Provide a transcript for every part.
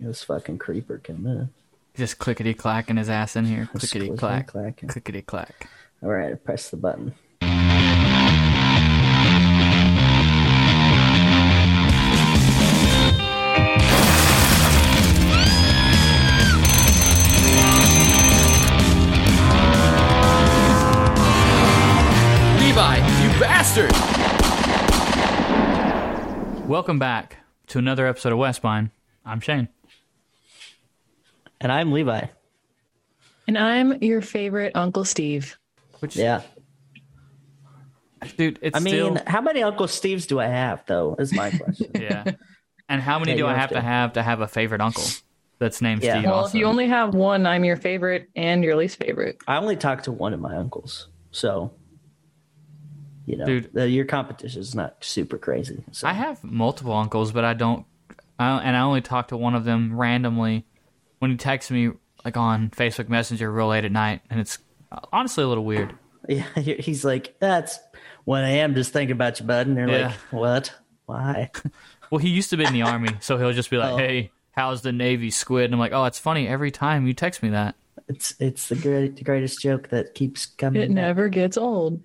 This fucking creeper come in. Just clickety clacking his ass in here. Just Clickety clack. clickety-clacking. Clickety clack. All right, I press the button. Levi, you bastard! Welcome back to another episode of Westbine. I'm Shane. And I'm Levi. And I'm your favorite Uncle Steve. Which, Yeah. dude, it's I mean, still, how many Uncle Steves do I have, though, is my question. yeah. And how many Yeah, do you I have have to to. have to have a favorite uncle that's named Yeah. Steve? Well, also? if you only have one, I'm your favorite and your least favorite. I only talk to one of my uncles. So, you know, Dude. the, your competition is not super crazy. So. I have multiple uncles, but I don't, I, and I only talk to one of them randomly when he texts me like on Facebook Messenger real late at night, and it's honestly a little weird. Yeah, he's like, that's 1 a.m. Just thinking about you, bud. And they're Yeah. like, what? Why? Well, he used to be in the army, so he'll just be Oh. like, "Hey, how's the Navy squid?" And I'm like, "Oh, it's funny every time you text me that." It's it's the great, the greatest joke that keeps coming. It back. never gets old.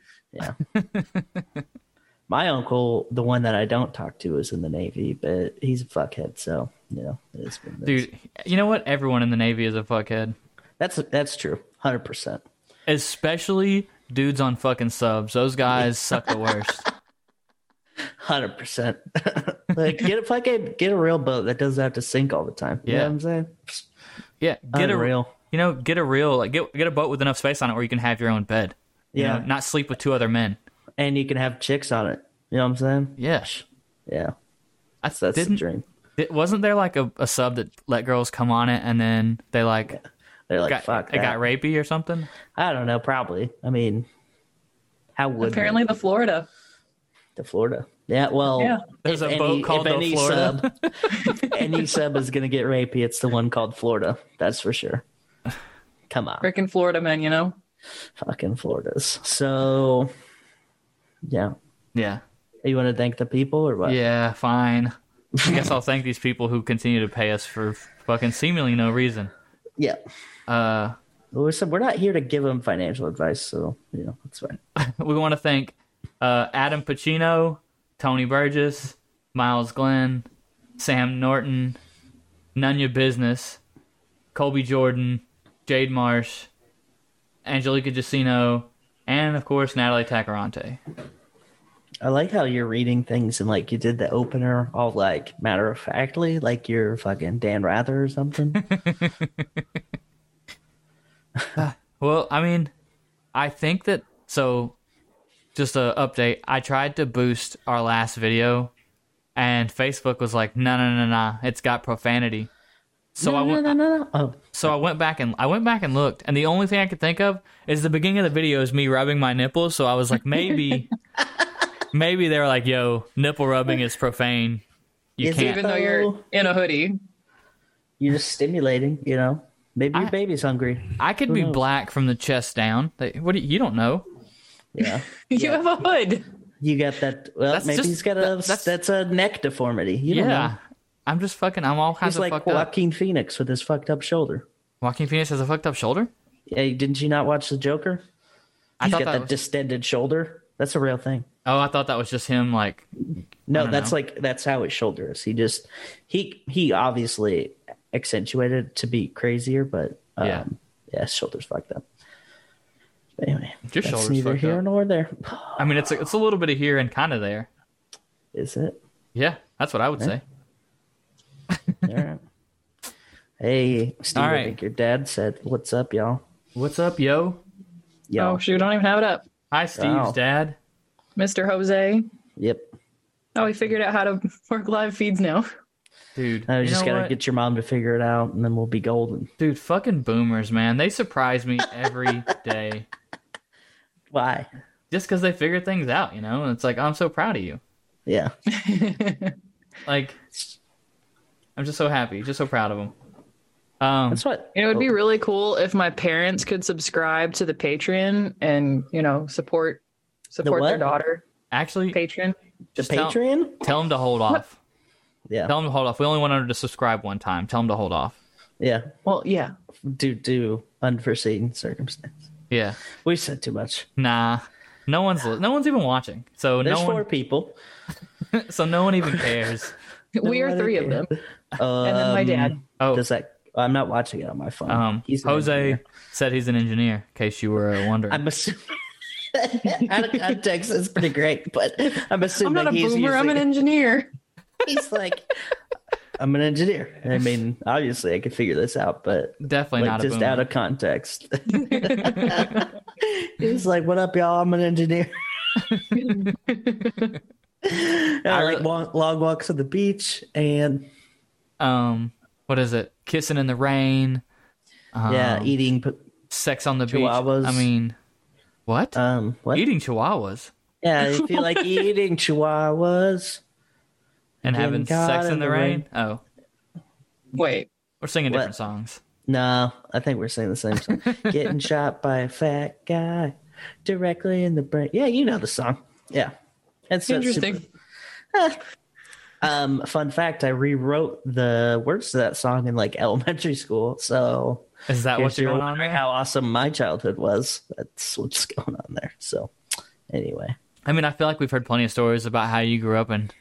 My uncle, the one that I don't talk to, is in the Navy, but he's a fuckhead. So you know, it is what it is. Dude, you know what? Everyone in the Navy is a fuckhead, That's that's true, hundred percent. especially dudes on fucking subs. Those guys suck the worst. Hundred percent. Like get a fucking get a real boat that doesn't have to sink all the time. You know Yeah. what I'm saying? Yeah, get a Unreal. You know, get a real like get get a boat with enough space on it where you can have your own bed. You Yeah. know, not sleep with two other men. And you can have chicks on it. You know what I'm saying? Yes. Yeah. I So that's didn't. the dream. It, wasn't there like a, a sub that let girls come on it and then they like They're like, got fuck it that. got rapey or something? I don't know, probably. I mean how would they? Apparently, the Florida. to Florida. Yeah, well, Yeah. There's if a boat called if the Florida. Sub, if any sub is going to get rapey. It's the one called Florida. That's for sure. Come on, Frickin' Florida men, you know? fucking Floridas. So, yeah, Yeah. you want to thank the people or what? Yeah. Fine. I guess I'll thank these people who continue to pay us for fucking seemingly no reason. yeah. Uh, We're, so we're not here to give them financial advice, so you know that's fine. we want to thank uh, Adam Pacino, Tony Burgess, Miles Glenn, Sam Norton, None Your Business, Colby Jordan, Jade Marsh, Angelica Jacino, and of course Natalie Tacarante. I like how you're reading things and like you did the opener all like matter of factly, like you're fucking Dan Rather or something. Well, I mean, I think that so. Just a update. I tried to boost our last video, and Facebook was like, "No, no, no, no, it's got profanity." So I went. no, no, no. Oh, So I went back and I went back and looked, and the only thing I could think of is the beginning of the video is me rubbing my nipples. So I was like, maybe, maybe they were like, "Yo, nipple rubbing is profane. You Is it can't." Even though you're in a hoodie. you're just stimulating, you know. Maybe your I- baby's hungry. I could be black from the chest down. They- What do you, you don't know? Yeah. You have a hood. You got that. Well, That's maybe just- he's got a that- that's- that's, a neck deformity. You don't know. Yeah, I'm just fucking. I'm all kinds He's of like fucked up. Joaquin Phoenix with his fucked up shoulder. Walking Phoenix has a fucked up shoulder. Hey, didn't you not watch the Joker? I He's thought got that that. Was, distended shoulder. That's a real thing. oh, I thought that was just him. Like, No, don't that's know. like that's how his shoulder is. He just he he obviously accentuated it to be crazier, but um, Yeah. yeah, his shoulder's fucked up. But anyway, Your that's shoulder's neither fucked here up. nor there, I mean, it's a, it's a little bit of here and kind of there. is it? Yeah, that's what I would say. All right. Hey, Steve, All I right. Oh, think your dad said, "What's up, y'all?" What's up, yo? Y'all. Oh, shoot. I don't even have it up. Hi, Steve's Wow. dad. Mr. Jose. Yep. Oh, he figured out how to work live feeds now. Dude, I you just know gotta what? get your mom to figure it out, and then we'll be golden. Dude, fucking boomers, man. They surprise me every day Why? just because they figure things out, you know? And it's like, I'm so proud of you. Yeah. Like, I'm just so happy. Just so proud of them. Um, That's what. You know, it would be really cool if my parents could subscribe to the Patreon and, you know, support support what? their daughter. actually, Patreon. the just tell, Oh, Patreon. tell them to hold off. Yeah. Tell them to hold off. We only wanted her to subscribe one time. Tell them to hold off. Yeah. Well, yeah. Due to unforeseen circumstance. Yeah. We said too much. Nah. No one's li- no one's even watching. So There's no four one people. so no one even cares. we are other three of kid. them. and then my Um, dad. Oh, Does that? I'm not watching it on my phone. um, an Jose engineer. said he's an engineer. In case you were uh, wondering. I'm assuming. out of context, it's pretty great, but I'm I'm assuming not a he's boomer. I'm an using- engineer. he's like, I'm an engineer. I mean, obviously, I could figure this out, but Definitely like not just a boomer. out of context. He's like, "What up, y'all? I'm an engineer." And I Uh, like wa- long walks on the beach, and um, what is it? Kissing in the rain. Um, yeah, eating. p- sex on the Chihuahuas. beach. I mean, what? Um, what? Eating chihuahuas Yeah, if you like eating chihuahuas, and Getting having caught sex in the, rain? Oh, Wait. we're singing What? different songs. no, I think we're saying the same song. Getting shot by a fat guy directly in the brain. Yeah, you know the song. Yeah, that's that's super- Interesting. Um, fun fact: I rewrote the words to that song in like elementary school. So Is that What's what's going on there? How awesome my childhood was. That's what's going on there. So, anyway, I mean, I feel like we've heard plenty of stories about how you grew up, and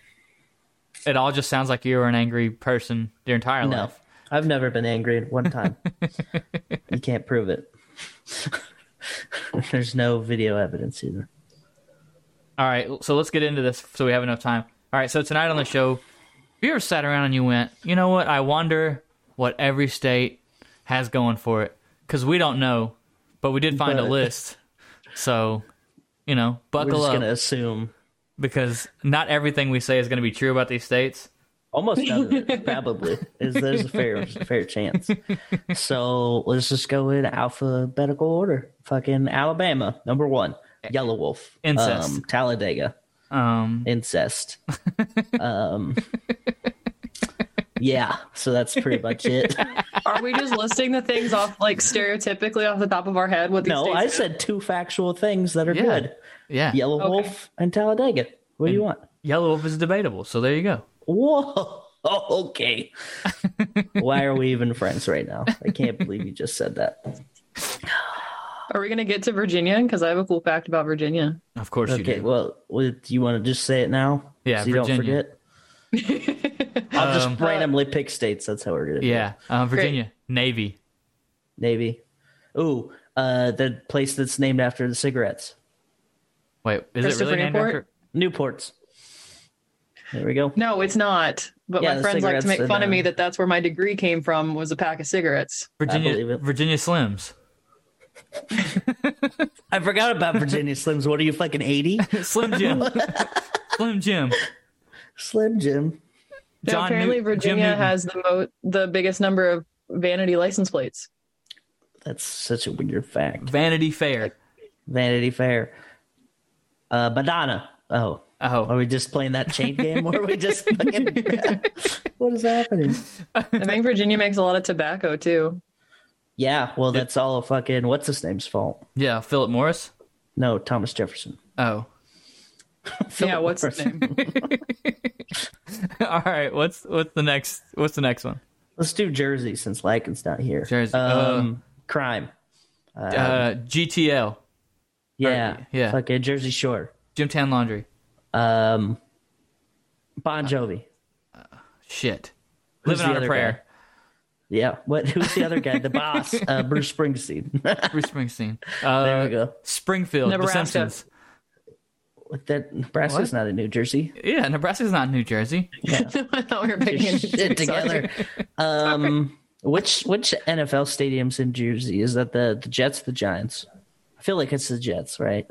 it all just sounds like you were an angry person your entire no, life. I've never been angry at one time. you can't prove it. There's no video evidence either. All right, so let's get into this so we have enough time. All right, so tonight on the show, if you ever sat around and you went, you know what? I wonder what every state has going for it because we don't know, but we did find a But- list. So, you know, We're buckle just up gonna assume because not everything we say is going to be true about these states. almost none of it, probably is there's a fair fair chance. So let's just go in alphabetical order. Fucking Alabama, number one. Yellow Wolf, Incest. um, Talladega, Um, incest. um, yeah, so that's pretty much it. Are we just listing the things off like stereotypically off the top of our head? What these no, states I said two factual things that are Yeah. good: yeah, Yellow Okay. Wolf and Talladega. What do Mm. you want? Yellow Wolf is debatable. So there you go. Whoa. Oh, okay. Why are we even friends right now? I can't believe you just said that. Are we gonna get to Virginia? Because I have a cool fact about Virginia. Of course you Okay, do. well, would- do you want to just say it now? Yeah, so you Virginia. Um, don't forget. I'll just randomly pick states. That's how we're gonna. do it. yeah, uh, Virginia Navy. Navy. Ooh, uh, the place that's named after the cigarettes, Wait, is it Christopher really named Newport? after? Newports. There we go. No, it's not. But Yeah, my the friends like cigarettes to make and, fun of uh, me that that's where my degree came from was a pack of cigarettes. believe Virginia it. Virginia Slims. I forgot about Virginia Slims. What are you fucking eighty? Slim Jim. Slim Jim. Slim Jim. No, John apparently, Newt- Jim Virginia Newton. has the mo- the biggest number of vanity license plates. That's such a weird fact. Vanity Fair. Vanity Fair. Uh, Madonna. Oh, are Oh, we just playing that chain game, or are we just fucking? what is happening? I think Virginia makes a lot of tobacco too. Yeah, well, that's all fucking what's his name's fault. yeah, Philip Morris. No, Thomas Jefferson. Oh, yeah, what's his Morris. name? all right. What's what's the next? What's the next one? Let's do Jersey since Lycan's not here. Jersey, oh. Um, crime. Uh, GTL. Yeah. yeah. Fucking Jersey Shore. Jimtown Laundry. Um, bon Jovi. Shit. Who's Living the on a other prayer. Yeah. What? Who's the other guy? The boss. Uh, Bruce Springsteen. Bruce Springsteen. Uh, there we go. Springfield. Nebraska. The Simpsons. What That Nebraska's not in New Jersey. Yeah, Nebraska's not New Jersey. I thought we were picking Get shit together. Um, which which NFL stadiums in Jersey is that? The the Jets, the Giants. I feel like it's the Jets, right?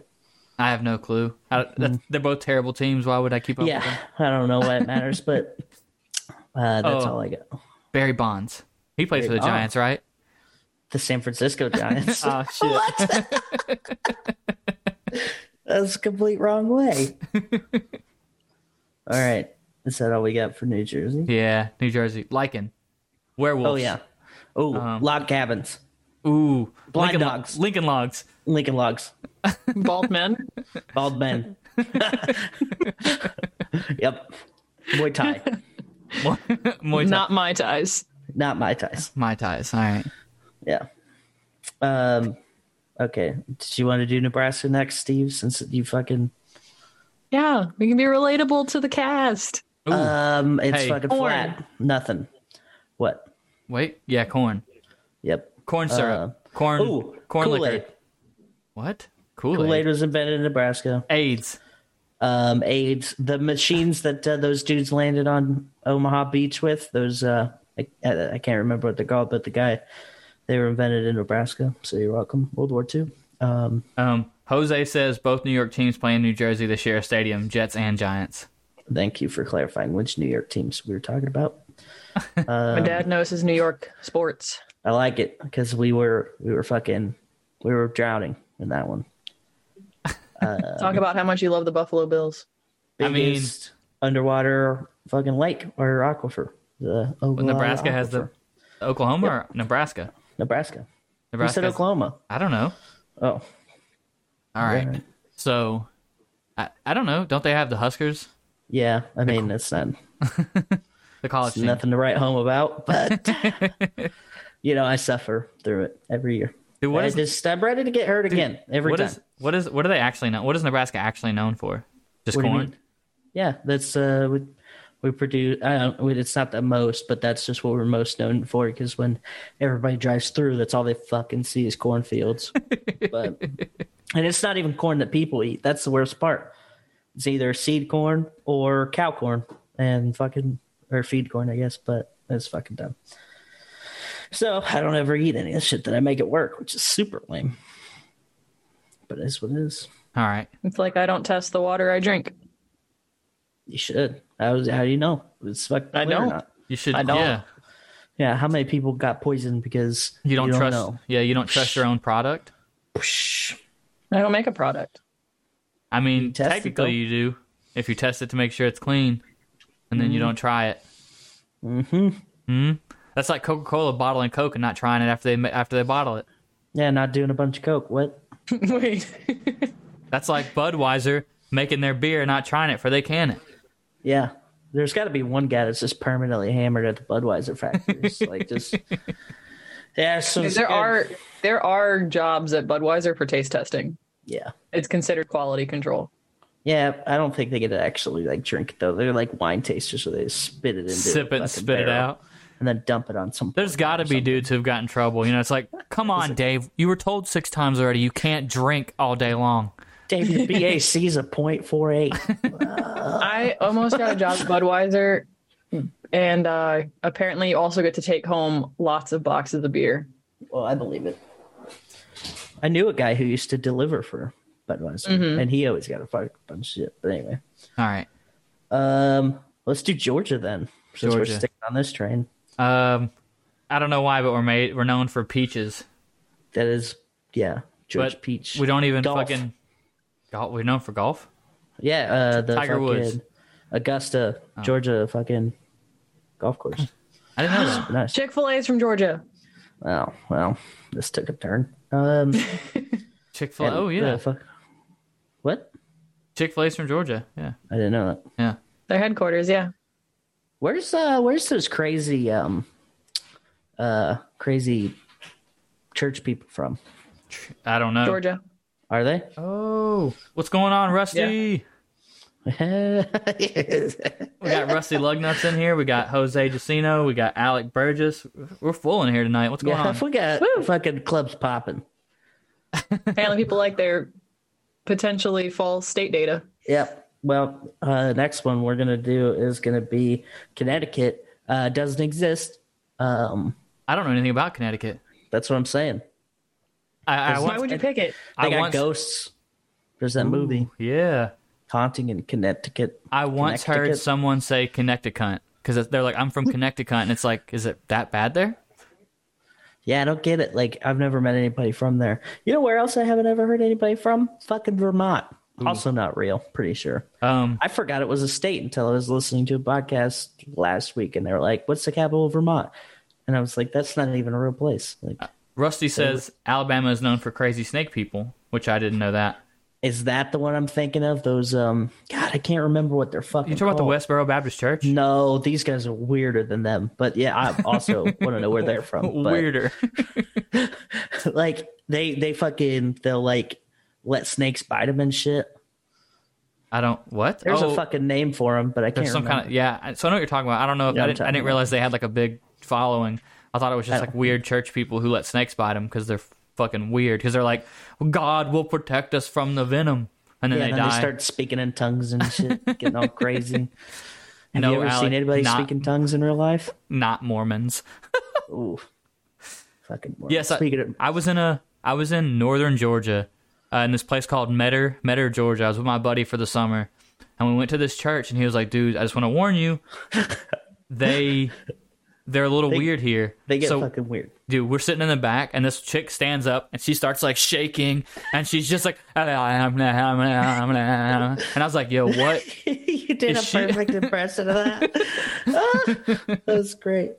I have no clue. I, that's, they're both terrible teams. Why would I keep up with Mm. Yeah, them? I don't know why it matters, but uh, that's Oh. all I got. Barry Bonds. He plays for the Bonds. Giants, right? The San Francisco Giants. Oh shit. That's a complete wrong way. all right. Is that all we got for New Jersey? Yeah, New Jersey. Lycan. Werewolves. Oh, yeah. Oh, log cabins, Ooh. Blind Lincoln, dogs. Lincoln Logs. Lincoln logs, Bald men. bald men. yep. Muay Thai. Muay Muay Thai. Not my ties. Not my ties. Mai Tais. All right. Yeah. Um. Okay. Did you want to do Nebraska next, Steve? Since you fucking Yeah, we can be relatable to the cast. Ooh, um, it's Hey. fucking Corn. flat. Nothing. What? wait. Yeah, corn. Yep. Corn syrup. corn. Uh, Ooh, corn Kool-Aid. liquor. What? Kool-Aid. Kool-Aid was invented in Nebraska. AIDS. Um, AIDS. The machines that uh, those dudes landed on Omaha Beach with. Those. Uh, I, I can't remember what they're called, but the guy. They were invented in Nebraska. So you're welcome. World War II. Um, Um, Jose says both New York teams play in New Jersey this year. Stadium, Jets and Giants. thank you for clarifying which New York teams we were talking about. my dad knows his New York sports. I like it because we were we were fucking we were drowning in that one. Talk about how much you love the Buffalo Bills. I mean- Biggest underwater fucking lake or aquifer. The Well, Nebraska has the Oklahoma or Nebraska. Nebraska. You Nebraska. said Oklahoma. I don't know. Oh, All right. So, I, I don't know. Don't they have the Huskers? yeah. I mean, it's not The college it's team. nothing to write home about, but you know, I suffer through it every year. Dude, what I is- just, I'm ready to get hurt again every What time. is what is what are they actually known? What is Nebraska actually known for? Just What do you corn. mean? Yeah, that's uh, we we produce. I don't. we- It's not the most, but that's just what we're most known for. Because when everybody drives through, that's all they fucking see is cornfields. but and it's not even corn that people eat. That's the worst part. It's either seed corn or cow corn and fucking or feed corn, I guess. But it's fucking dumb. So I don't ever eat any of the shit that I make at work, which is super lame. But it is what it is. All right. It's like I don't test the water I drink. You should. How, how do you know? It's fucking I clear or don't. not? You should. I don't. Yeah. Yeah, how many people got poisoned because You don't trust. know? Yeah. You don't trust your own product. Psh, I don't make a product. I mean, test it, technically though. you do if you test it to make sure it's clean, and then you don't try it. Mm-hmm. That's like Coca Cola bottling Coke and not trying it after they ma- after they bottle it. Yeah, not doing a bunch of coke. What? Wait. That's like Budweiser making their beer and not trying it for they can it. Yeah, there's got to be one guy that's just permanently hammered at the Budweiser factories. like just yeah, so it's there good. are there are jobs at Budweiser for taste testing. yeah. It's considered quality control. Yeah, I don't think they get to actually like drink it though. They're like wine tasters, so they spit it into Sip a it and fucking spit it barrel out. and then dump it on some. There's got to be dudes who've gotten in trouble. You know, it's like, come on, Dave. You were told six times already you can't drink all day long. Dave, your BAC's a point four eight. I almost got a job at Budweiser, and uh, apparently you also get to take home lots of boxes of beer. Well, I believe it. I knew a guy who used to deliver for Budweiser, and he always got a fuck bunch of shit. But anyway, All right. um, let's do Georgia then, since Georgia. we're sticking on this train. Um, I don't know why, but we're made we're known for peaches. That is, yeah, George But Peach. We don't even Golf. fucking. Golf. We're known for golf. Yeah, uh, the Tiger fucking Woods. Oh. Augusta, Georgia, fucking golf course. I didn't know that. nice. Chick Fil A is from Georgia. Oh well, this took a turn. Um, Chick Fil A. Oh yeah. the fuck- what? Chick Fil A's from Georgia. Yeah. I didn't know that. Yeah. Their headquarters, yeah. Where's uh where's those crazy um uh crazy church people from? I don't know. Georgia. Are they? Oh, what's going on, Rusty? We got Rusty Lugnuts in here. We got Jose Jacino. We got Alec Burgess. We're full in here tonight. What's going yeah, if on? we got fucking clubs popping. Apparently people like their potentially false state data. Yep. Well, uh next one we're gonna do is gonna be Connecticut. Uh doesn't exist. Um I don't know anything about Connecticut. that's what I'm saying. I, I Why once, would you pick it? They I got once- ghosts. There's that movie. yeah. Haunting in Connecticut. I once heard Connecticut. someone say Connecticut because they're like, I'm from Connecticut. And it's like, is it that bad there? Yeah, I don't get it. Like I've never met anybody from there. You know where else I haven't ever heard anybody from? Fucking Vermont. Hmm. Also not real, pretty sure. Um, I forgot it was a state until I was listening to a podcast last week and they were like, What's the capital of Vermont? And I was like, That's not even a real place. Like Rusty says Alabama is known for crazy snake people, which I didn't know that. Is that the one I'm thinking of? Those um, God, I can't remember what they're fucking. You talking about the called. Westboro Baptist Church? Oh. No, these guys are weirder than them. But yeah, I also want to know where they're from. But, Weirder. like they they fucking they'll like let snakes bite them and shit. I don't what? There's Oh, a fucking name for them, but I can't there's some remember. kind of yeah. I- So I know what you're talking about. I don't know. If, Yeah, I I'm didn't, I talking didn't about- realize they had like a big following. I thought it was just I like weird church people who let snakes bite them because they're fucking weird. Because they're like, God will protect us from the venom, and then yeah, they then die. they start speaking in tongues and shit, getting all crazy. Have No, you ever Alec, seen anybody not- speak in tongues in real life? Not Mormons. Ooh, fucking. Mormons. Yes, I, Speaking of, I was in a I was in northern Georgia, uh, in this place called Metter, Metter, Georgia. I was with my buddy for the summer, and we went to this church, and he was like, "Dude, I just want to warn you, they they're a little weird here." they get so, fucking weird. dude, we're sitting in the back, and this chick stands up, and she starts like shaking, and she's just like, and I was like, "Yo, what?" you did Is a she- perfect impression of that. Ah, that was great.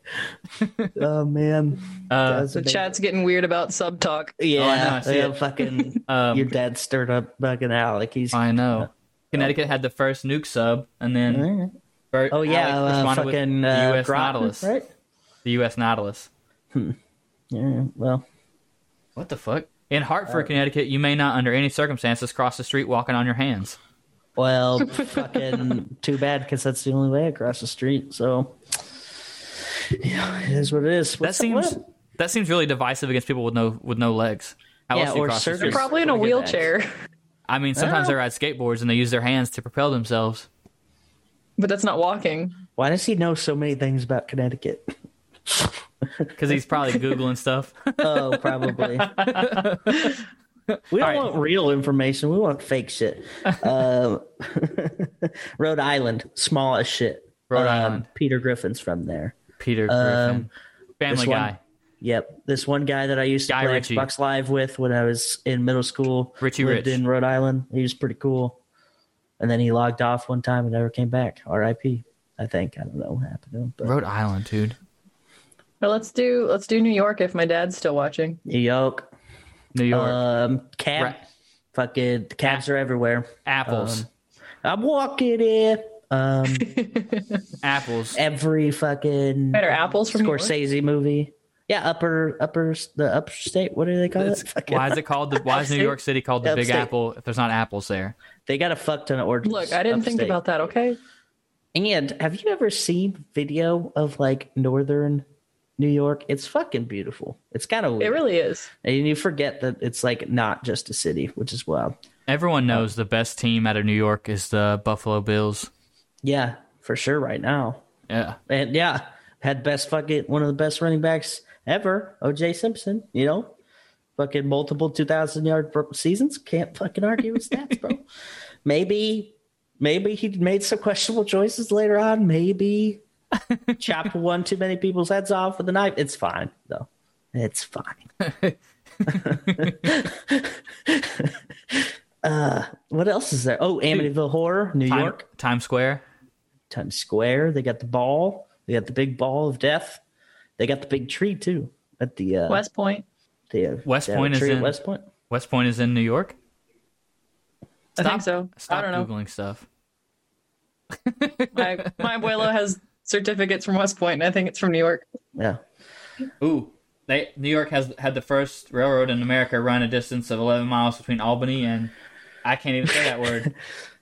Oh man, That was The amazing. chat's getting weird about sub talk. Yeah, Uh, Oh, I see yeah, it. fucking. Um, your dad stirred up fucking Alec. He's I know. Connecticut had the first nuke sub, and then Bert, oh yeah, Alex uh, responded with fucking the uh, U.S. Groton, Nautilus, right? the U.S. Nautilus. Yeah, well, What the fuck? In Uh, Hartford, Connecticut, you may not, under any circumstances, cross the street walking on your hands. well, fucking too bad because that's the only way across the street. So yeah, it is what it is. That What's the- seems what- that seems really divisive against people with no with no legs. How Yeah, else do you or cross the surgery. street? Probably in a Look at that. wheelchair, I mean, sometimes they ride skateboards and they use their hands to propel themselves. but that's not walking. Why does he know so many things about Connecticut? Because he's probably googling stuff. Oh, probably. we don't right. want real information. We want fake shit. Uh, Rhode Island, small as shit. Rhode Um, Island. Peter Griffin's from there. Peter Griffin, Um, Family this one- Guy, Yep. This one guy that I used to Guy play Ritchie. Xbox Live with when I was in middle school. Richie lived Rich. in Rhode Island. He was pretty cool. And then he logged off one time and never came back. R.I.P. I think. I don't know what happened to him. But Rhode Island, dude. Well, let's do let's do New York if my dad's still watching. New York. New York, Um cab Ra- fucking cabs are everywhere. apples, I'm walking here. Um apples. every fucking Better apples from New York? Scorsese movie. Yeah, upper upper the upper state. What do they call It's- it? Fucking- why is it called the? Why is New York City called the Big Upstate. Apple if there's not apples there? They got a fuck ton of origins. Look, I didn't think upstate. about that. Okay, And have you ever seen video of like northern New York? It's fucking beautiful. It's kind of it weird. really is. and you forget that it's like not just a city, which is wild. Everyone knows the best team out of New York is the Buffalo Bills. Uh, Yeah, for sure. Right now, Yeah. and yeah, had best fucking one of the best running backs ever, OJ Simpson. You know, fucking multiple two thousand yard bro- seasons. Can't fucking argue with stats, bro. Maybe, maybe he made some questionable choices later on. Maybe chopped one too many people's heads off with a knife. It's fine though. It's fine. uh, Uh, what else is there? Oh, Amityville Horror, New Time- York. Times Square. Times Square. They got the ball. They got the big ball of death. They got the big tree too at the uh, West Point. the, uh, West the Point is tree at in- West Point. West Point is in New York. I think so. Stop I don't know. googling stuff. My my abuelo has certificates from West Point, and I think it's from New York. Yeah, Ooh, they New York has had the first railroad in America run a distance of 11 miles between Albany and I can't even say that word.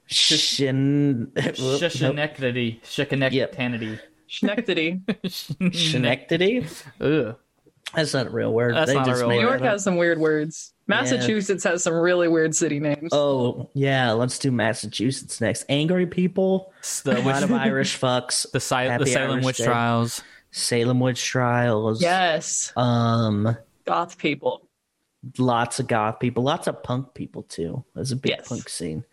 Shin. nope. Schenectady, Schenectady. Schenectady. Schenectady. Ugh. That's not a real word. That's they not a just real made New word. that York up. has some weird words. Massachusetts has some really weird city names. Oh yeah, let's do Massachusetts next. Angry people, The, a lot of witch- Irish fucks. the, Si- the Happy Salem Irish witch Day. trials. Salem witch trials. Yes, Um, goth people. lots of goth people, lots of punk people too. There's a big Yes. punk scene.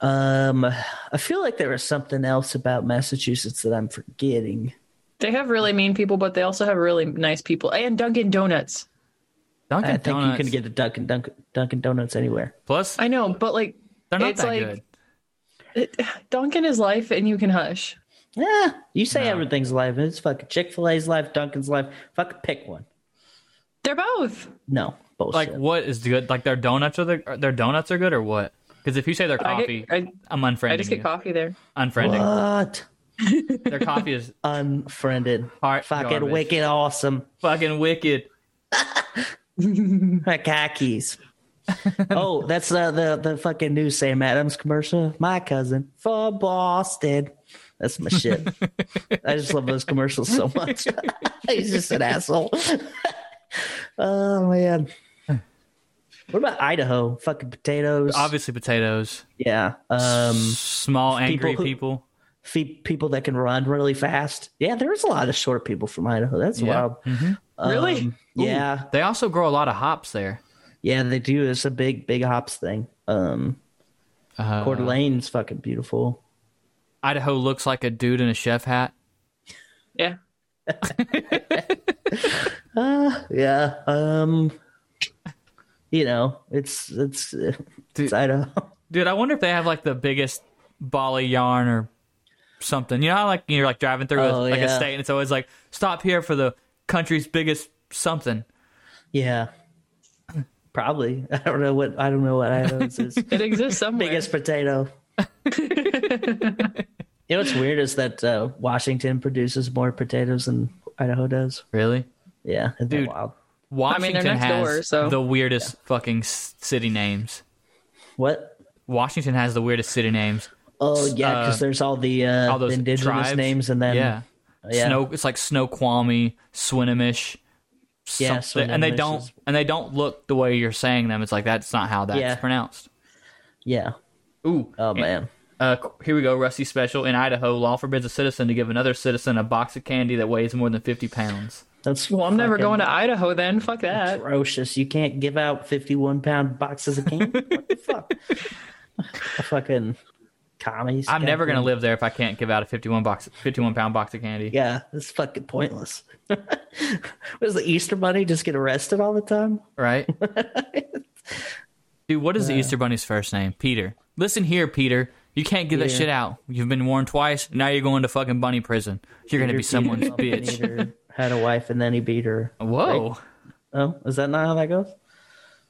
Um, I feel like there was something else about Massachusetts that I'm forgetting. They have really mean people, but they also have really nice people. And Dunkin' Donuts. Dunkin' I think Donuts. you can get a Dunkin' Dunkin', Dunkin' Donuts anywhere. Plus, I know, but like they're not it's that like- good. it, Dunkin' is life, and you can hush. Yeah, you say No. everything's live. It's fucking Chick Fil A's life, Dunkin's life. Fucking pick one. They're both. No, Bullshit. Like what is good? Like their donuts are the, their donuts are good or what? Because if you say their I coffee, get, I, I, am unfriending I just you. get coffee there. Unfriending. what? Their coffee is Unfriended. Heart Fucking garbage. wicked awesome. fucking wicked. My khakis. oh, that's uh, the the fucking new Sam Adams commercial. My cousin for Boston. That's my shit. I just love those commercials so much. He's just an asshole. oh man. What about Idaho? Fucking potatoes. Obviously, potatoes. Yeah. Um, Small angry who- people. fe- people that can run really fast. Yeah, there is a lot of short people from Idaho. That's Yeah. wild. Really? Um, yeah. They also grow a lot of hops there. Yeah, they do. It's a big, big hops thing. Um, Uh, Coeur d'Alene's fucking beautiful. Idaho looks like a dude in a chef hat. Yeah. Yeah. Um, you know, it's it's it's Dude. Idaho. Dude, I wonder if they have like the biggest ball of yarn or something. You know how like you're like driving through a, Oh, like a yeah. state and it's always like stop here for the country's biggest something. Yeah, probably. I don't know what I don't know what Idaho's is. It exists somewhere. Biggest potato. you know what's weird is that uh, Washington produces more potatoes than Idaho does. Really? Yeah, isn't that Dude. wild? Washington mean, they're next has door, so- the weirdest fucking s- city names. What? Washington has the weirdest city names. Oh yeah, because Uh, there's all the uh, All those indigenous tribes. names and then yeah. Um, yeah. Snow. It's like Snoqualmie, Swinomish. Yeah, something- and they Swinomish don't is- and they don't look the way you're saying them. It's like that's not how that's Yeah. pronounced. yeah. Ooh. Oh and- man. Uh, here we go, Rusty Special. In Idaho, law forbids a citizen to give another citizen a box of candy that weighs more than 50 pounds. That's Well, I'm never fucking going to Idaho then. Fuck Uh, that. atrocious. You can't give out fifty-one pound boxes of candy. what the fuck? fucking commies. I'm never going to goddamn- live there if I can't give out a 51 box, 51 pound box of candy. Yeah, it's fucking pointless. what is the Easter Bunny just get arrested all the time? Right? Dude, what is Uh. the Easter Bunny's first name? Peter. Listen here, Peter. You can't give that Yeah. shit out. You've been warned twice. Now you're going to fucking bunny prison. You're going to be someone's bitch. Peter had a wife and then he beat her. Whoa. Oh, is that not how that goes?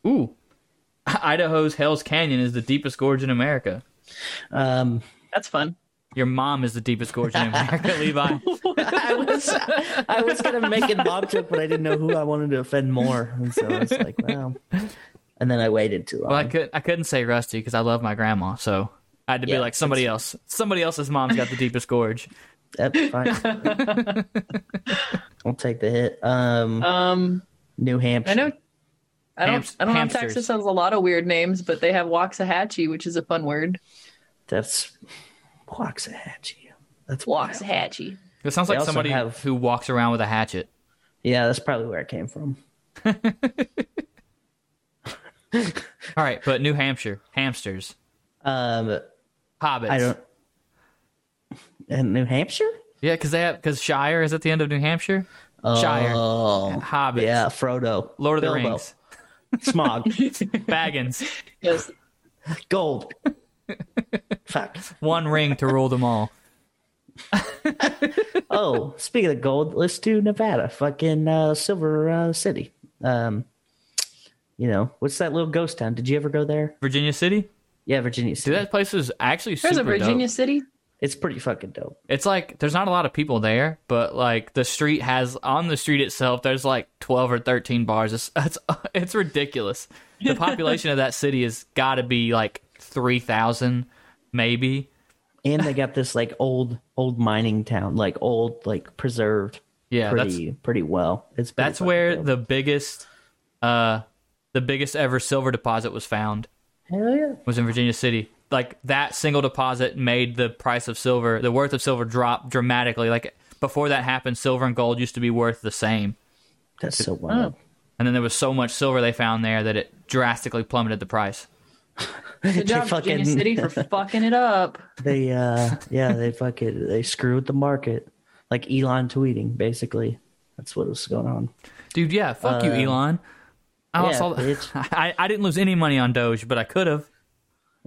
Ooh. Idaho's Hell's Canyon is the deepest gorge in America. Um, That's fun. Your mom is the deepest gorge in America, Levi. I was I was gonna make an mob joke, but I didn't know who I wanted to offend more, and so I was like, wow. And then I waited too long. Well, I could I couldn't say rusty because I love my grandma, so I had to be Yeah, like somebody else. Somebody else's mom's got the deepest gorge. That's fine. I'll take the hit. Uh, Um, Um, New Hampshire. I know. I don't. Hamst- I don't know. hamsters. Texas has a lot of weird names, but they have Waxahachie, which is a fun word. That's Waxahachie. That's wild. Waxahachie. It sounds They like also somebody have- who walks around with a hatchet. Yeah, that's probably where it came from. All right, but New Hampshire hamsters, Um, hobbits. I don't. And New Hampshire. Yeah, because they have because Shire is at the end of New Hampshire. Shire, Oh, hobbits, Uh, yeah, Frodo. Lord of the Bilbo. Rings, Smog. Baggins. Yes. Gold. Fuck. One ring to rule them all. Oh, speaking of gold, let's do Nevada. Fucking uh, Silver uh, City. Um, you know what's that little ghost town? Did you ever go there? Virginia City. Yeah, Virginia City. Dude, that place is actually super There's a Virginia dope. city. It's pretty fucking dope. It's like there's not a lot of people there, but like the street has on the street itself, there's like twelve or thirteen bars. It's it's, it's ridiculous. The population of that city has got to be like three thousand, maybe. And they got this like old old mining town, like old like preserved Yeah, pretty pretty well. It's pretty that's that's fucking where dope. the biggest, uh, the biggest ever silver deposit was found. Hell yeah. Was in Virginia City. Like that single deposit made the price of silver, the worth of silver, drop dramatically. Like before that happened, silver and gold used to be worth the same. That's Oh. so wild. and then there was so much silver they found there that it drastically plummeted the price. Good job, Virginia fucking- City, for fucking it up. They uh yeah, they fucking they screwed the market. Like Elon tweeting, basically. That's what was going on. Dude, yeah, fuck you, Elon. I, Uh, yeah, lost all bitch. I I didn't lose any money on Doge, but I could have.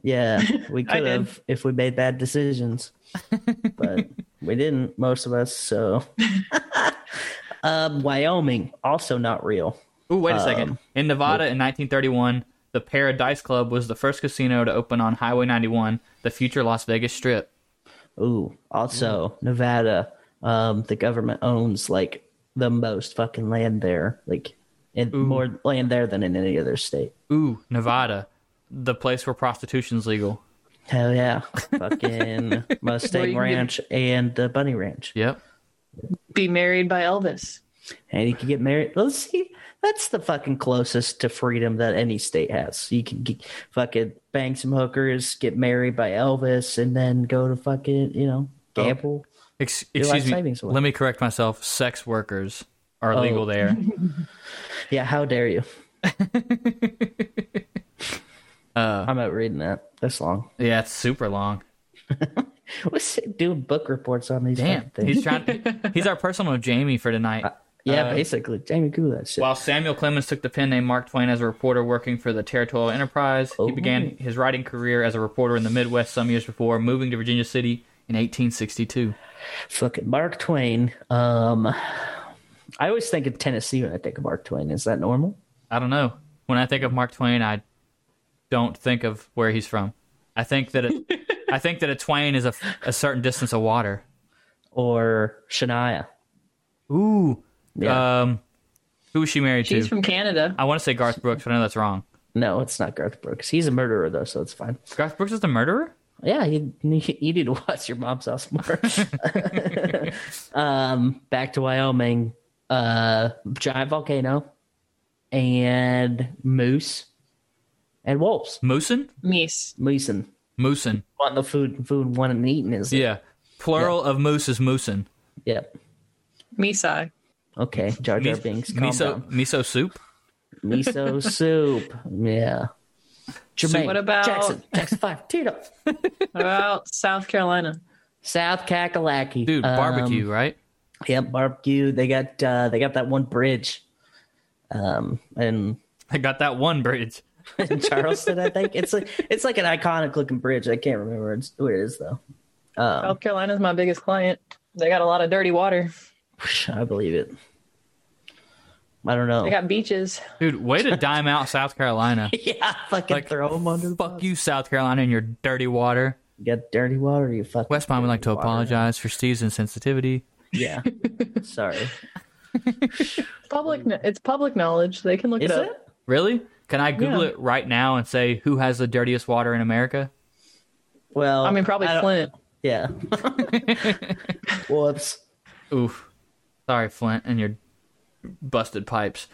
Yeah, we I could did. have if we made bad decisions, but we didn't. Most of us. So, um, Wyoming also not real. Ooh, wait a Um, second. In Nevada in 1931, the Paradise Club was the first casino to open on Highway 91, the future Las Vegas Strip. Ooh, Mm. also Nevada, um, the government owns like the most fucking land there, like and more land there than in any other state. Ooh, Nevada, the place where prostitution's legal. Hell yeah, fucking Well, you Mustang can get- Ranch and the Bunny Ranch, Yep. Be married by Elvis. and you can get married. Let's see, that's the fucking closest to freedom that any state has. You can get, fucking bang some hookers, get married by Elvis, and then go to fucking you know gamble. Ex- Your life excuse me. savings Oh. away. Let me correct myself. Sex workers are legal there. Yeah, how dare you? I'm out reading that. That's long. yeah, it's super long. What's it doing book reports on these Damn. damn He's things? trying he's our personal Jamie for tonight. yeah, basically. Jamie Cool that shit. While Samuel Clemens took the pen name Mark Twain as a reporter working for the Territorial Enterprise, he began his writing career as a reporter in the Midwest some years before moving to Virginia City in 1862. Fucking Mark Twain. Um I always think of Tennessee when I think of Mark Twain. Is that normal? I don't know. When I think of Mark Twain, I don't think of where he's from. I think that it, I think that a Twain is a, a certain distance of water. Or Shania. Ooh. Yeah. Um, who was she married She's to? from Canada. I want to say Garth Brooks, but I know that's wrong. No, it's not Garth Brooks. He's a murderer though, so it's fine. Garth Brooks is the murderer? Yeah, you, you need to watch your mom's house more. um, back to Wyoming. Uh, giant volcano and moose and wolves. Moosin? Meese. Moosin. Moosin. Wanting the food, food, wanting and eating is Yeah. Plural of moose is moosin. Yep. Meesai. Okay, Jar Jar Mis- Binks. Calm miso down. miso soup. Miso soup. Yeah. Jermaine. What about- Jackson? Jackson Five. Tito. What about South Carolina? South Kakalaki. Dude, Um, barbecue, right? Yep, barbecue. They got uh, they got that one bridge. Um and I got that one bridge. in Charleston, I think it's like it's like an iconic looking bridge. I can't remember where, it's, where it is though. South Carolina's my biggest client. They got a lot of dirty water. I believe it. I don't know. They got beaches. Dude, way to dime out South Carolina. yeah, fucking Like, throw them under. the Fuck you, South Carolina, and your dirty water. You got dirty water. You fucking. West Palm would like to dirty water. apologize for Steve's insensitivity. Yeah. Sorry. Public. kn- It's public knowledge. They can look Is it up. it? Really? Can I Google Yeah. it right now and say who has the dirtiest water in America? Well, I mean, probably don't- Flint. Yeah. Whoops. Oof. Sorry, Flint, and your busted pipes.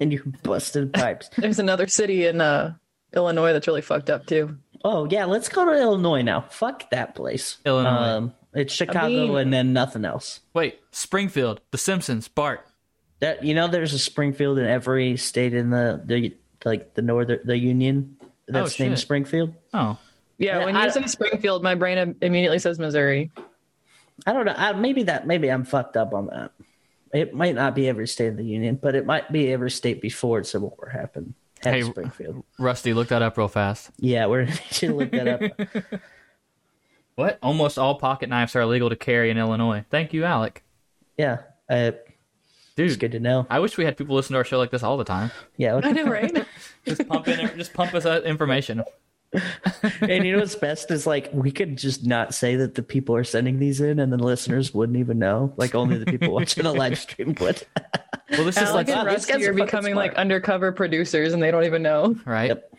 and your busted pipes. There's another city in uh, Illinois that's really fucked up too. Oh yeah, let's go to Illinois now. Fuck that place. Um, Illinois. it's Chicago mean- and then nothing else. Wait, Springfield, The Simpsons, Bart. That you know, there's a Springfield in every state in the the like the northern the Union that's named shit. Springfield. Oh. Yeah, Yeah, when I- you say Springfield, my brain im- immediately says Missouri. I don't know. I, maybe that maybe I'm fucked up on that. It might not be every state of the Union, but it might be every state before Civil War happened. Had Hey, Springfield. Rusty, look that up real fast. Yeah, we're should look that up. What? Almost all pocket knives are illegal to carry in Illinois. Thank you, Alec. Yeah, uh, it's Dude, good to know. I wish we had people listen to our show like this all the time. Yeah, okay. I know, right? Just pump in, just pump us out information. and you know what's best is like we could just not say that the people are sending these in, and the listeners wouldn't even know. Like only the people watching the live stream would. Well, this is Alec like and wow, these guys Rusty are are fucking becoming smart. like undercover producers, and they don't even know. right. Yep.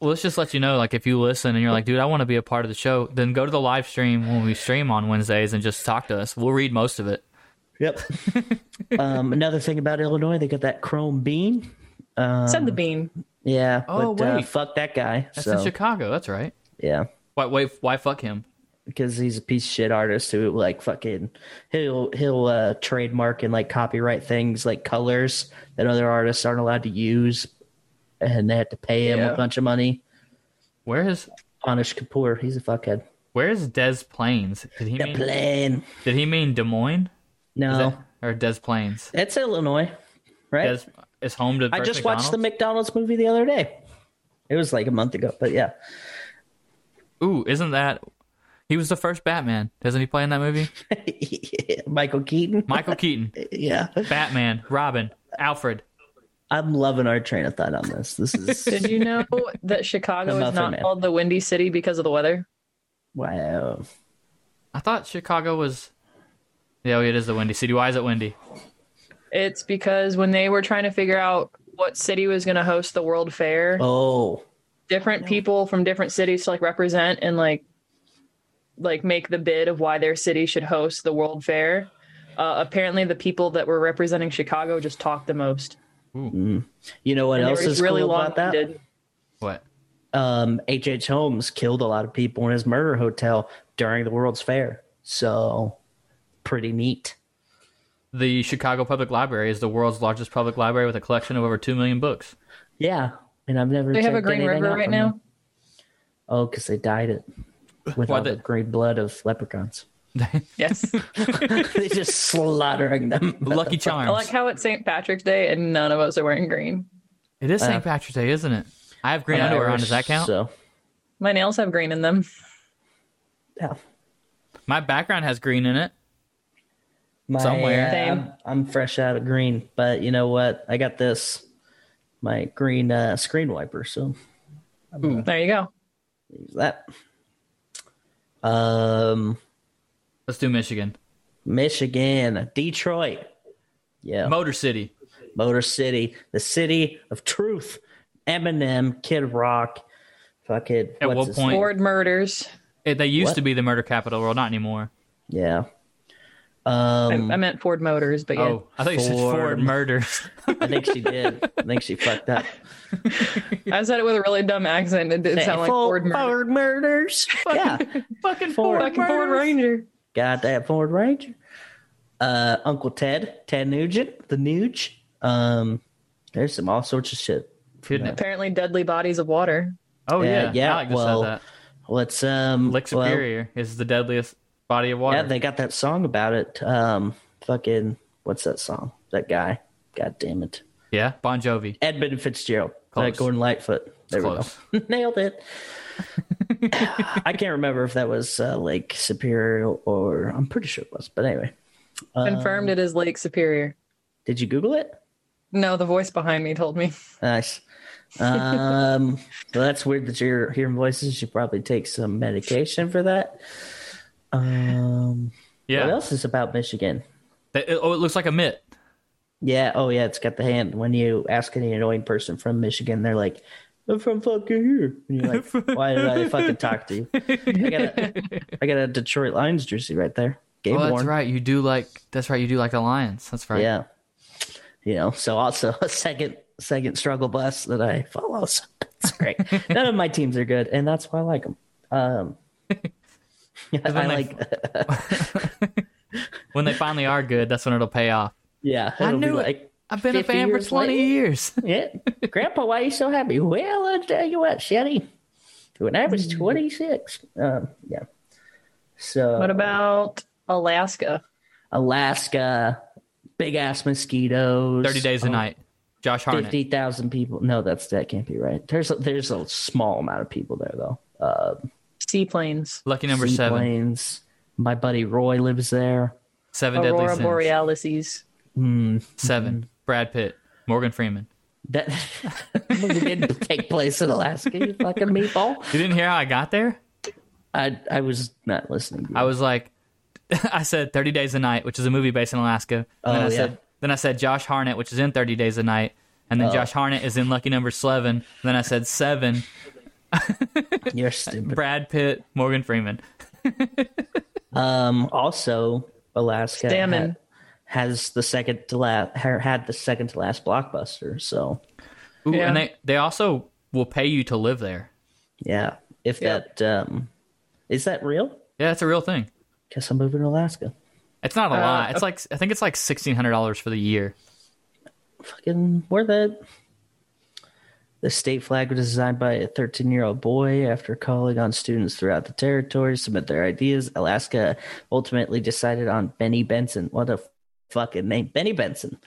Well, let's just let you know, like, if you listen and you're like, dude, I want to be a part of the show, then go to the live stream when we stream on Wednesdays and just talk to us. We'll read most of it. Yep. um, another thing about Illinois, they got that chrome bean. Uh, Send the bean. Yeah. Oh, but, Uh, wait. fuck that guy. That's in so Chicago. That's right. yeah, Why, why, why fuck him? because he's a piece of shit artist who like fucking he'll he'll uh, trademark and like copyright things like colors that other artists aren't allowed to use, and they have to pay him Yeah. a bunch of money. Where is Anish Kapoor, he's a fuckhead. where is Des Plaines? Did he The mean plane. Did he mean Des Moines? Is No, that- or Des Plaines? it's Illinois, right? Des is home to. I first just watched the McDonald's? McDonald's movie the other day. It was like a month ago, but yeah. Ooh, isn't that? He was the first Batman. Doesn't he play in that movie? Michael Keaton. Michael Keaton, Yeah. Batman, Robin, Alfred. I'm loving our train of thought on this. This is Did you know that Chicago is Muffin not Man. called the Windy City because of the weather? wow. I thought Chicago was. Yeah, it is the windy city. Why is it windy? It's because when they were trying to figure out what city was going to host the World Fair, Oh, different people from different cities to like represent and like like make the bid of why their city should host the World Fair. Uh, apparently, the people that were representing Chicago just talked the most. you know what And they else were is just really cool about that? long-winded. What? um H.H. H. Holmes killed a lot of people in his murder hotel during the World's Fair. So pretty neat. The Chicago Public Library is the world's largest public library with a collection of over two million books. Yeah. And I've never They have a checked Green anything River out right from now. them. Oh, because they dyed it with Why all the they- green blood of leprechauns. Yes, they just slaughtering them. Lucky I Charms. like how it's St. Patrick's Day and none of us are wearing green. it is St. Patrick's Day, isn't it? I have green I'm underwear on. Irish, Does that count? So My nails have green in them. yeah. My background has green in it. My, Somewhere. uh, Same. I'm, I'm fresh out of green, but you know what? I got this my green uh, screen wiper, so There you go. use that. Um Let's do Michigan. Michigan, Detroit. Yeah. Motor City. Motor City, the city of truth. Eminem, Kid Rock, fucking. At what's what his- point- Ford murders. It, they used What? to be the murder capital of the world, not anymore. Yeah. I, I meant Ford Motors, but yeah. Oh, I thought you said Ford. Ford murders. I think she did. I think she fucked up. I said it with a really dumb accent. It didn't sound like Full- Ford Murder. Ford murders. yeah. Fucking Ford. Fucking Ford Ranger. Got that Ford Ranger. Uh, Uncle Ted, Ted Nugent, the Nuge. Um, there's some all sorts of shit. Goodness. Apparently, deadly bodies of water. Oh Yeah, yeah, yeah, Alec just well, said that. Let's um, Lake well, Superior is the deadliest body of water. yeah, they got that song about it. Um, fucking, what's that song? That guy. God damn it. Yeah, Bon Jovi. Edmund Fitzgerald, Close. Uh, Gordon Lightfoot. There close. we go. Nailed it. I can't remember if that was uh, Lake Superior or I'm pretty sure it was. But anyway, Confirmed it is Lake Superior. did you Google it? No, the voice behind me told me. Nice. Um, well, that's weird that you're hearing voices. You probably take some medication for that. Um, What Yeah. else is about Michigan? They, it- oh, it looks like a mitt. Yeah. Oh, yeah. It's got the hand. When you ask any annoying person from Michigan, they're like, "I'm from fucking here," and you're like, "Why did I fucking talk to you?" I got a, I got a Detroit Lions jersey right there. Game Oh, that's worn. right. You do like. That's right. You do like the Lions. That's right. Yeah. You know. So also a second second struggle bus that I follow. So it's great. None of my teams are good, and that's why I like them. Um, then I they- like. When they finally are good, that's when it'll pay off. Yeah. I it'll be knew it. like, I've been a 50 fan for years twenty later. years. Yeah. Grandpa, why are you so happy? Well, I'll tell you what, Shetty, when I was Hmm. 26. Um, yeah. So What about Alaska? Alaska, big ass mosquitoes. um, Thirty days a night. Josh Hartnett. Fifty thousand people. No, that's that can't be right. There's a, there's a small amount of people there though. Uh, Seaplanes. Lucky number seven. seaplanes. My buddy Roy lives there. Hmm. Seven deadly Aurora sins. Borealises. Mm-hmm. Seven. Brad Pitt. Morgan Freeman. That it didn't take place in Alaska. You fucking meatball. You didn't hear how I got there? I I was not listening. To you. I was like, I said Thirty Days a Night, which is a movie based in Alaska. And then Oh, I yeah. said, then I said Josh Harnett, which is in Thirty Days a Night, and Oh. then Josh Harnett is in Lucky Number Seven. And then I said Seven. You're stupid. Brad Pitt, Morgan Freeman. Um, also, Alaska Salmon. ha- has the second to last had the second to last blockbuster. So Ooh, Yeah. and they they also will pay you to live there. yeah, if Yep. that um, is that real? Yeah, that's a real thing. Guess I'm moving to Alaska. It's not a lot. It's like I think it's like sixteen hundred dollars for the year. Fucking worth it. The state flag was designed by a 13 year old boy after calling on students throughout the territory to submit their ideas. Alaska ultimately decided on Benny Benson. What a fucking name, Benny Benson.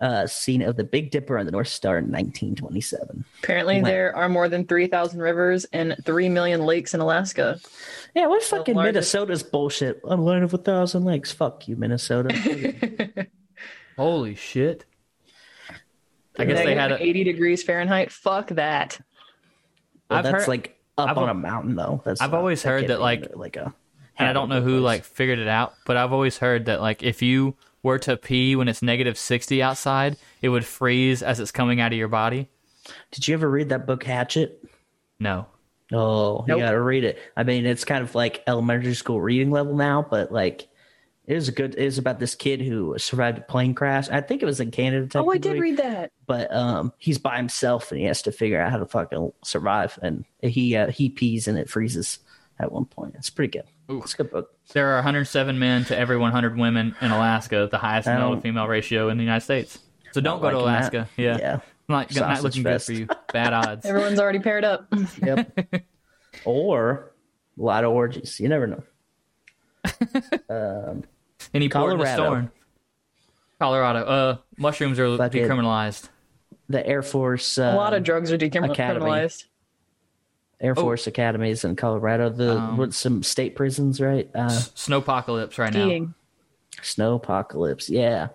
Uh, scene of the Big Dipper on the North Star in 1927. Oh Apparently, there are more than 3,000 rivers and 3 million lakes in Alaska. Yeah, what fucking largest- Minnesota's bullshit? I'm land of a thousand lakes. Fuck you, Minnesota. Holy shit! I guess they had a, 80 degrees Fahrenheit. Fuck that. Well, I've that's heard- like up I've on al- a mountain though. That's I've not- always heard can't that, be like- under, like a and I don't know who place. like figured it out, but I've always heard that like if you were to pee when it's negative sixty outside, it would freeze as it's coming out of your body. Did you ever read that book Hatchet? No, Oh, Nope. you gotta read it. I mean, it's kind of like elementary school reading level now, but like it was a good. It was about this kid who survived a plane crash. I think it was in Canada. Oh, I did technically, read that. but um, he's by himself and he has to figure out how to fucking survive. And he uh, he pees and it freezes at one point. It's pretty good. It's a good book. there are 107 men to every 100 women in Alaska, the highest I male to don't- female ratio in the United States. So don't go to liking that. Alaska. Yeah, Yeah. not, not Sausage looking fest. good for you. Bad odds. Everyone's already paired up. Yep. or a lot of orgies. You never know. Any port in the Colorado. storm. Colorado. Uh, mushrooms are Fuck it. decriminalized. The Air Force. Uh, A lot Um, of Oh. drugs are Academy. decriminalized. Air Force academies in Colorado. The Um. what, some state prisons, right? Uh, Snowpocalypse right now. Skiing. snow apocalypse. Yeah.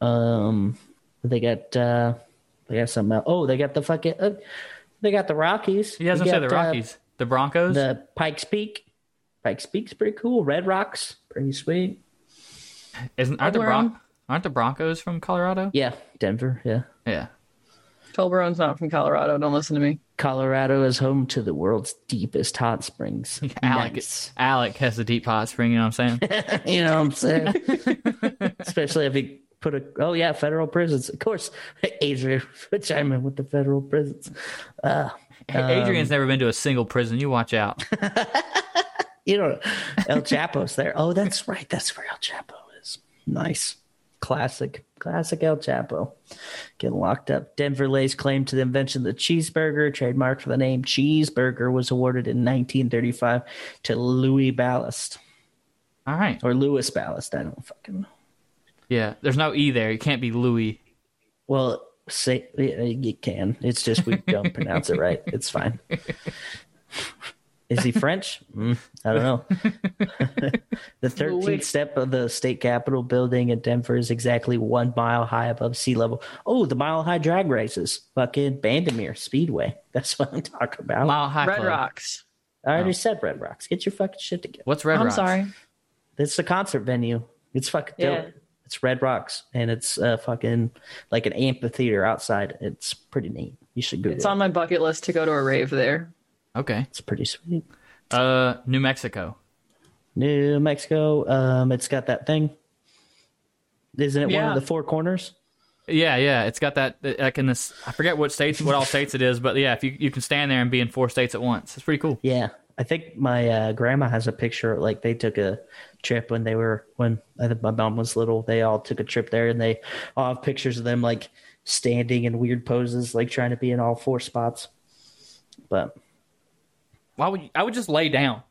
Um, they got uh, they got some. Oh, they got the fucking. Uh, they got the Rockies. He doesn't You say the got, uh, Rockies. the Broncos. the Pikes Peak. Pikes Peak's pretty cool. Red Rocks, pretty sweet. Isn't aren't the wear 'em. Bron- aren't the Broncos from Colorado? Yeah, Denver. Yeah, Yeah. Tolbarone's not from Colorado. Don't listen to me. Colorado is home to the world's deepest hot springs. Alec, Nice. Alec has the deep hot spring. You know what I'm saying? You know what I'm saying? Especially if you put a oh yeah, federal prisons. Of course, Adrian Chime with the federal prisons. Um, Adrian's never been to a single prison. You watch out. You know, El Chapo's there. Oh, that's right. That's where El Chapo is. Nice. Classic. Classic El Chapo. Getting locked up. Denver lays claim to the invention of the cheeseburger. Trademark for the name cheeseburger was awarded in 1935 to Louis Ballast All right. or Louis Ballast. I don't fucking know. Yeah. There's no E there. You can't be Louis. Well, say yeah, you can. It's just we don't pronounce it right. It's fine. Is he French? Mm, I don't know. the 13th Louis. step of the state capitol building in Denver is exactly one mile high above sea level. Oh, the mile high drag races. Fucking Bandamere Speedway. That's what I'm talking about. Mile High Red Club. Rocks. I already said Red Rocks. Get your fucking shit together. What's Red I'm Rocks? sorry. It's a concert venue. It's fucking dope. Yeah. It's Red Rocks and it's uh, fucking like an amphitheater outside. It's pretty neat. You should Google It's it. on my bucket list to go to a rave there. Okay. It's pretty sweet. Uh, New Mexico. New Mexico. Um, it's got that thing. Isn't it Yeah. one of the four corners? Yeah, yeah. It's got that like in this. I forget what states, what all states it is, but yeah, if you you can stand there and be in four states at once, it's pretty cool. Yeah, I think my uh, grandma has a picture. Like they took a trip when they were when I think my mom was little. They all took a trip there, and they all have pictures of them like standing in weird poses, like trying to be in all four spots. But Why would you, I would just lay down?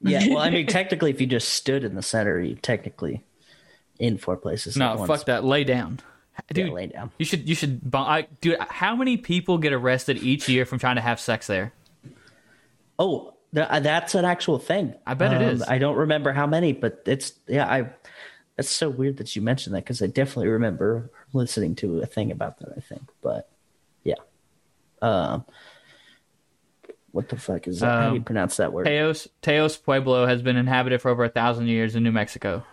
Yeah, well, I mean, technically, if you just stood in the center, you technically in four places. No, at once. fuck that. Lay down, Yeah, dude. lay down. You should you should. bu- I, dude, how many people get arrested each year from trying to have sex there? Oh, th- uh, that's an actual thing. Um, I bet it is. I don't remember how many, but it's yeah. I. That's so weird that you mentioned that because I definitely remember listening to a thing about that. I think, but yeah. Um, what the fuck is that? how do you Um, pronounce that word? Teos Teos Pueblo has been inhabited for over a thousand years in New Mexico,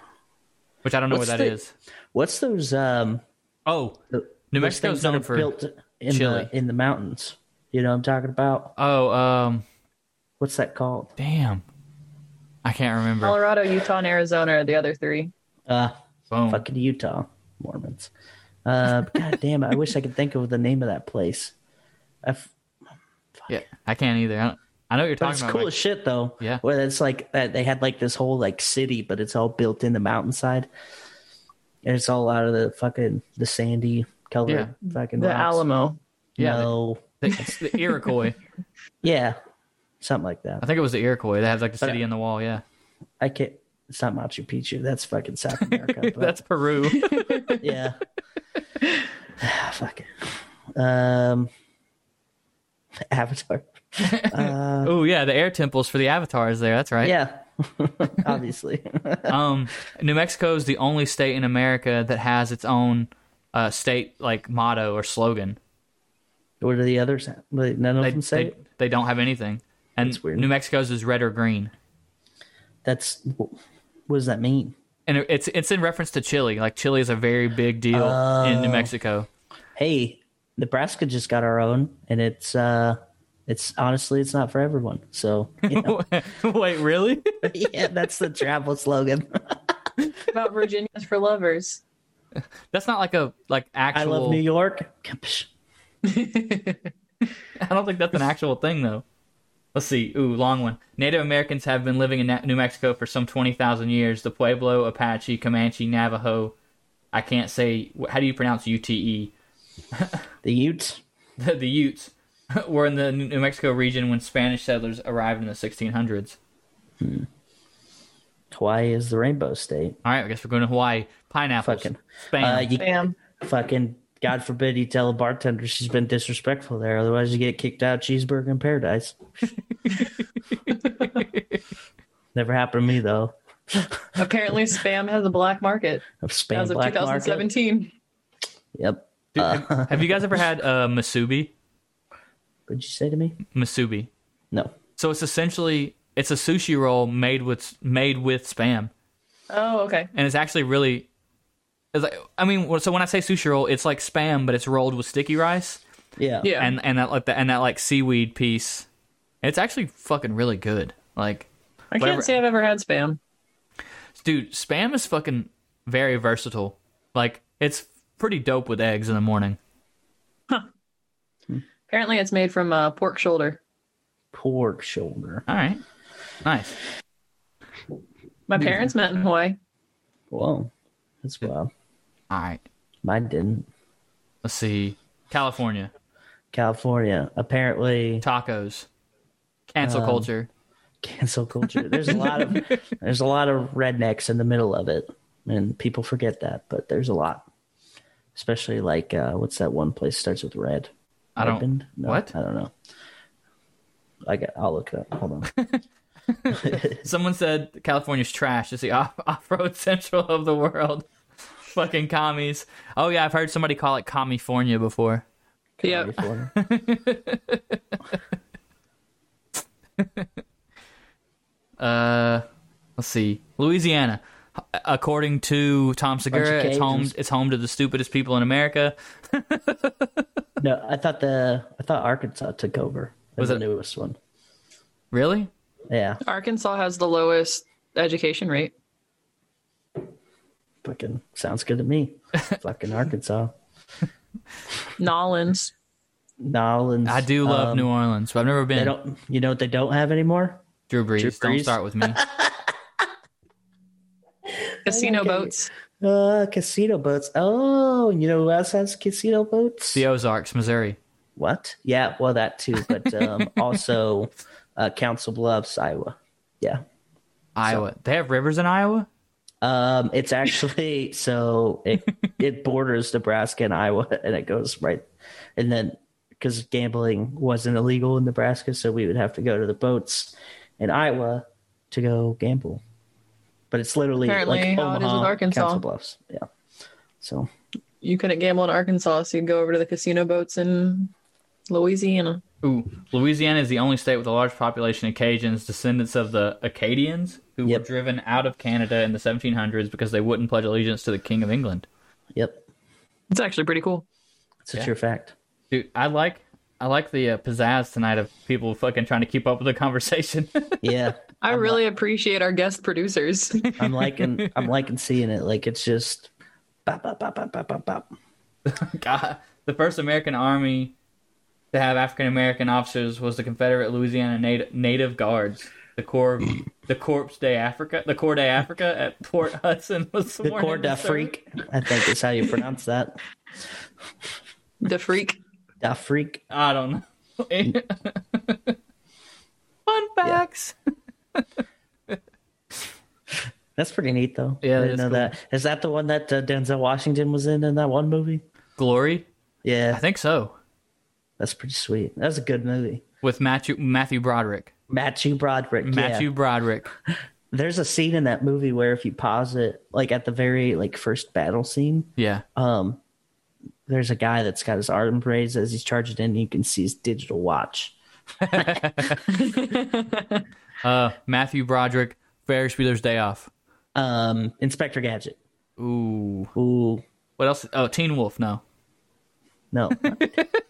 which I don't know What's where that the- is. What's those? Um, Oh, New those Mexico's things that known are for built in chili. the in the mountains. You know what I'm talking about? oh um What's that called? damn, I can't remember. Colorado, Utah, and Arizona are the other three. Uh, Boom. fucking Utah Mormons. Uh, God damn, I wish I could think of the name of that place. I f- Yeah, I can't either. I, don't, I know what you're but talking it's about. cool Mike. as shit though. Yeah. where it's like that they had like this whole like city, but it's all built in the mountainside, and it's all out of the fucking the sandy color Yeah. fucking The rocks. Alamo. Yeah, No. the, the Iroquois. yeah, something like that. I think it was the Iroquois. They have like the city in the wall. Yeah, I can't. It's not Machu Picchu. That's fucking South America. but- that's Peru. yeah. Ah, Fuck it. Um, Avatar. oh yeah, the air temples for the avatars there. That's right. Yeah, obviously. Um, New Mexico is the only state in America that has its own uh, state like motto or slogan. What are the others? Like, None of They, them say they, it? they don't have anything. And That's weird. New Mexico's is red or green. That's what does that mean? And it- it's it's in reference to Chile. Like Chile is a very big deal in Oh. New Mexico. Hey, Nebraska just got our own, and it's uh, it's honestly it's not for everyone. So you know, Wait, really? yeah, that's the travel slogan. about Virginia's for lovers. That's not like a like I actual. love New York. Psh, I don't think that's an actual thing though. Let's see. Ooh, long one. Native Americans have been living in Na- New Mexico for some twenty thousand years. The Pueblo, Apache, Comanche, Navajo. I can't say. wh- How do you pronounce UTE? The Utes. The, the Utes were in the New Mexico region when Spanish settlers arrived in the 1600s. Hawaii is the Rainbow State. All right, I guess we're going to Hawaii. Pineapples. Fucking- Uh, Spam. you Bam. fucking God forbid you tell a bartender she's been disrespectful there, otherwise you get kicked out. Cheeseburger in paradise. Never happened to me though. Apparently, spam has a black market Of as spam of black market. 2017. Yep. Dude, have, have you guys ever had uh, masubi? What'd you say to me? Masubi. No. So it's essentially it's a sushi roll made with made with spam. Oh, okay. and it's actually really it's like i mean well, so when i say sushi roll it's like spam but it's rolled with sticky rice Yeah. Yeah. and and that like the, and that like seaweed piece it's actually fucking really good like I can't whatever- say I've ever had spam. dude spam is fucking very versatile like it's pretty dope with eggs in the morning Apparently, it's made from uh, pork shoulder. Pork shoulder. all right nice My Hmm. parents met in Hawaii. Whoa. That's wild. all right Mine didn't. let's see california California. Apparently tacos cancel culture cancel culture. There's a lot of there's a lot of rednecks in the middle of it. And people forget that, but there's a lot. Especially like uh what's that one place starts with red? i don't Opened? No, what I don't know. I got. I'll look it up. Hold on. Someone said California's trash. It's the off- off-road central of the world. Fucking commies. Oh yeah, I've heard somebody call it California before. Yeah. California. Uh, let's see, Louisiana. H- According to Tom Segura, it's home. Cajuns. It's home to the stupidest people in America. no, I thought the. I thought Arkansas took over. as Was the it- newest one? Really? Yeah. Arkansas has the lowest education rate. Fucking sounds good to me. Fucking Arkansas. Nolans. Nolans. I do love New Orleans, but I've never Um, They been. don't. You know what they don't have anymore? Drew Brees, Drew Don't Brees. start with me. Casino Okay. boats. Uh, casino boats. Oh, you know who else has casino boats? the Ozarks, Missouri. What? Yeah. Well, that too. But um, also, uh, Council Bluffs, Iowa. Yeah. Iowa. They have rivers in Iowa. Um, it's actually so it it borders Nebraska and Iowa, and it goes right, and then because gambling wasn't illegal in Nebraska, so we would have to go to the boats in Iowa to go gamble. But it's literally Apparently like how it is with Omaha, Arkansas. Council Bluffs, yeah. So You couldn't gamble in Arkansas, so you'd go over to the casino boats in Louisiana. Ooh, Louisiana is the only state with a large population of Cajuns, descendants of the Acadians, who were Yep. driven out of Canada in the 1700s because they wouldn't pledge allegiance to the King of England. yep, It's actually pretty cool. it's a true fact. Dude, I like I like the uh, pizzazz tonight of people fucking trying to keep up with the conversation. Yeah, I really appreciate our guest producers. I'm liking I'm liking seeing it. Like it's just bop bop bop bop bop bop bop. God, the first American army to have African American officers was the Confederate Louisiana Nat- Native Guards. The Corps, the Corps de Africa, the Corps de Africa at Port Hudson was The sworn Corps into da service. Freak, I think is how you pronounce that. the freak. Da Freak. I don't know. Fun facts. That's pretty neat, though. Yeah, I that didn't is know cool. that. Is that the one that uh, Denzel Washington was in in that one movie? Glory? Yeah, I think so. that's pretty sweet. That was a good movie. With Matthew Matthew Broderick. Matthew Broderick. Matthew Yeah. Broderick. There's a scene in that movie where if you pause it, like at the very like first battle scene, Yeah. um, there's a guy that's got his arm raised as he's charging in. And you can see his digital watch. Uh, Matthew Broderick, Ferris Bueller's Day Off. Um, Inspector Gadget. Ooh. Ooh, What else? Oh, Teen Wolf. No. no,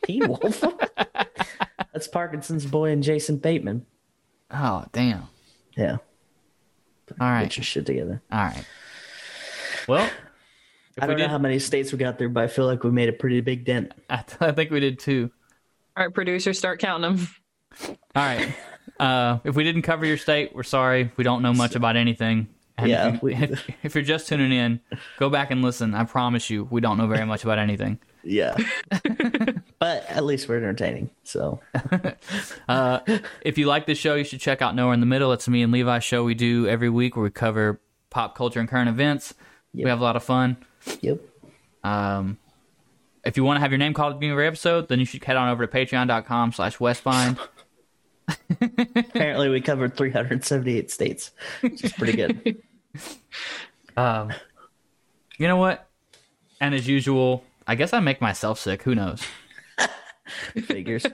Teen Wolf. that's Parkinson's boy and Jason Bateman. Oh, damn. Yeah, All get right. your shit together. All right. Well, if I we don't know did, how many states we got through, but I feel like we made a pretty big dent. I, th- I think we did two. All right, producers, start counting them. All right. Uh, if we didn't cover your state, we're sorry. We don't know much about anything. And Yeah, If, we- if, if you're just tuning in, go back and listen. I promise you, we don't know very much about anything. Yeah, but at least we're entertaining. So If you like this show, you should check out Nowhere in the Middle. It's me and Levi's show we do every week where we cover pop culture and current events. Yep. We have a lot of fun. Um, yep. If you want to have your name called at the beginning of every episode, then you should head on over to patreon.com slash westbind. Apparently, we covered 378 states, which is pretty good. You know what? And as usual, I guess I make myself sick. Who knows? Figures.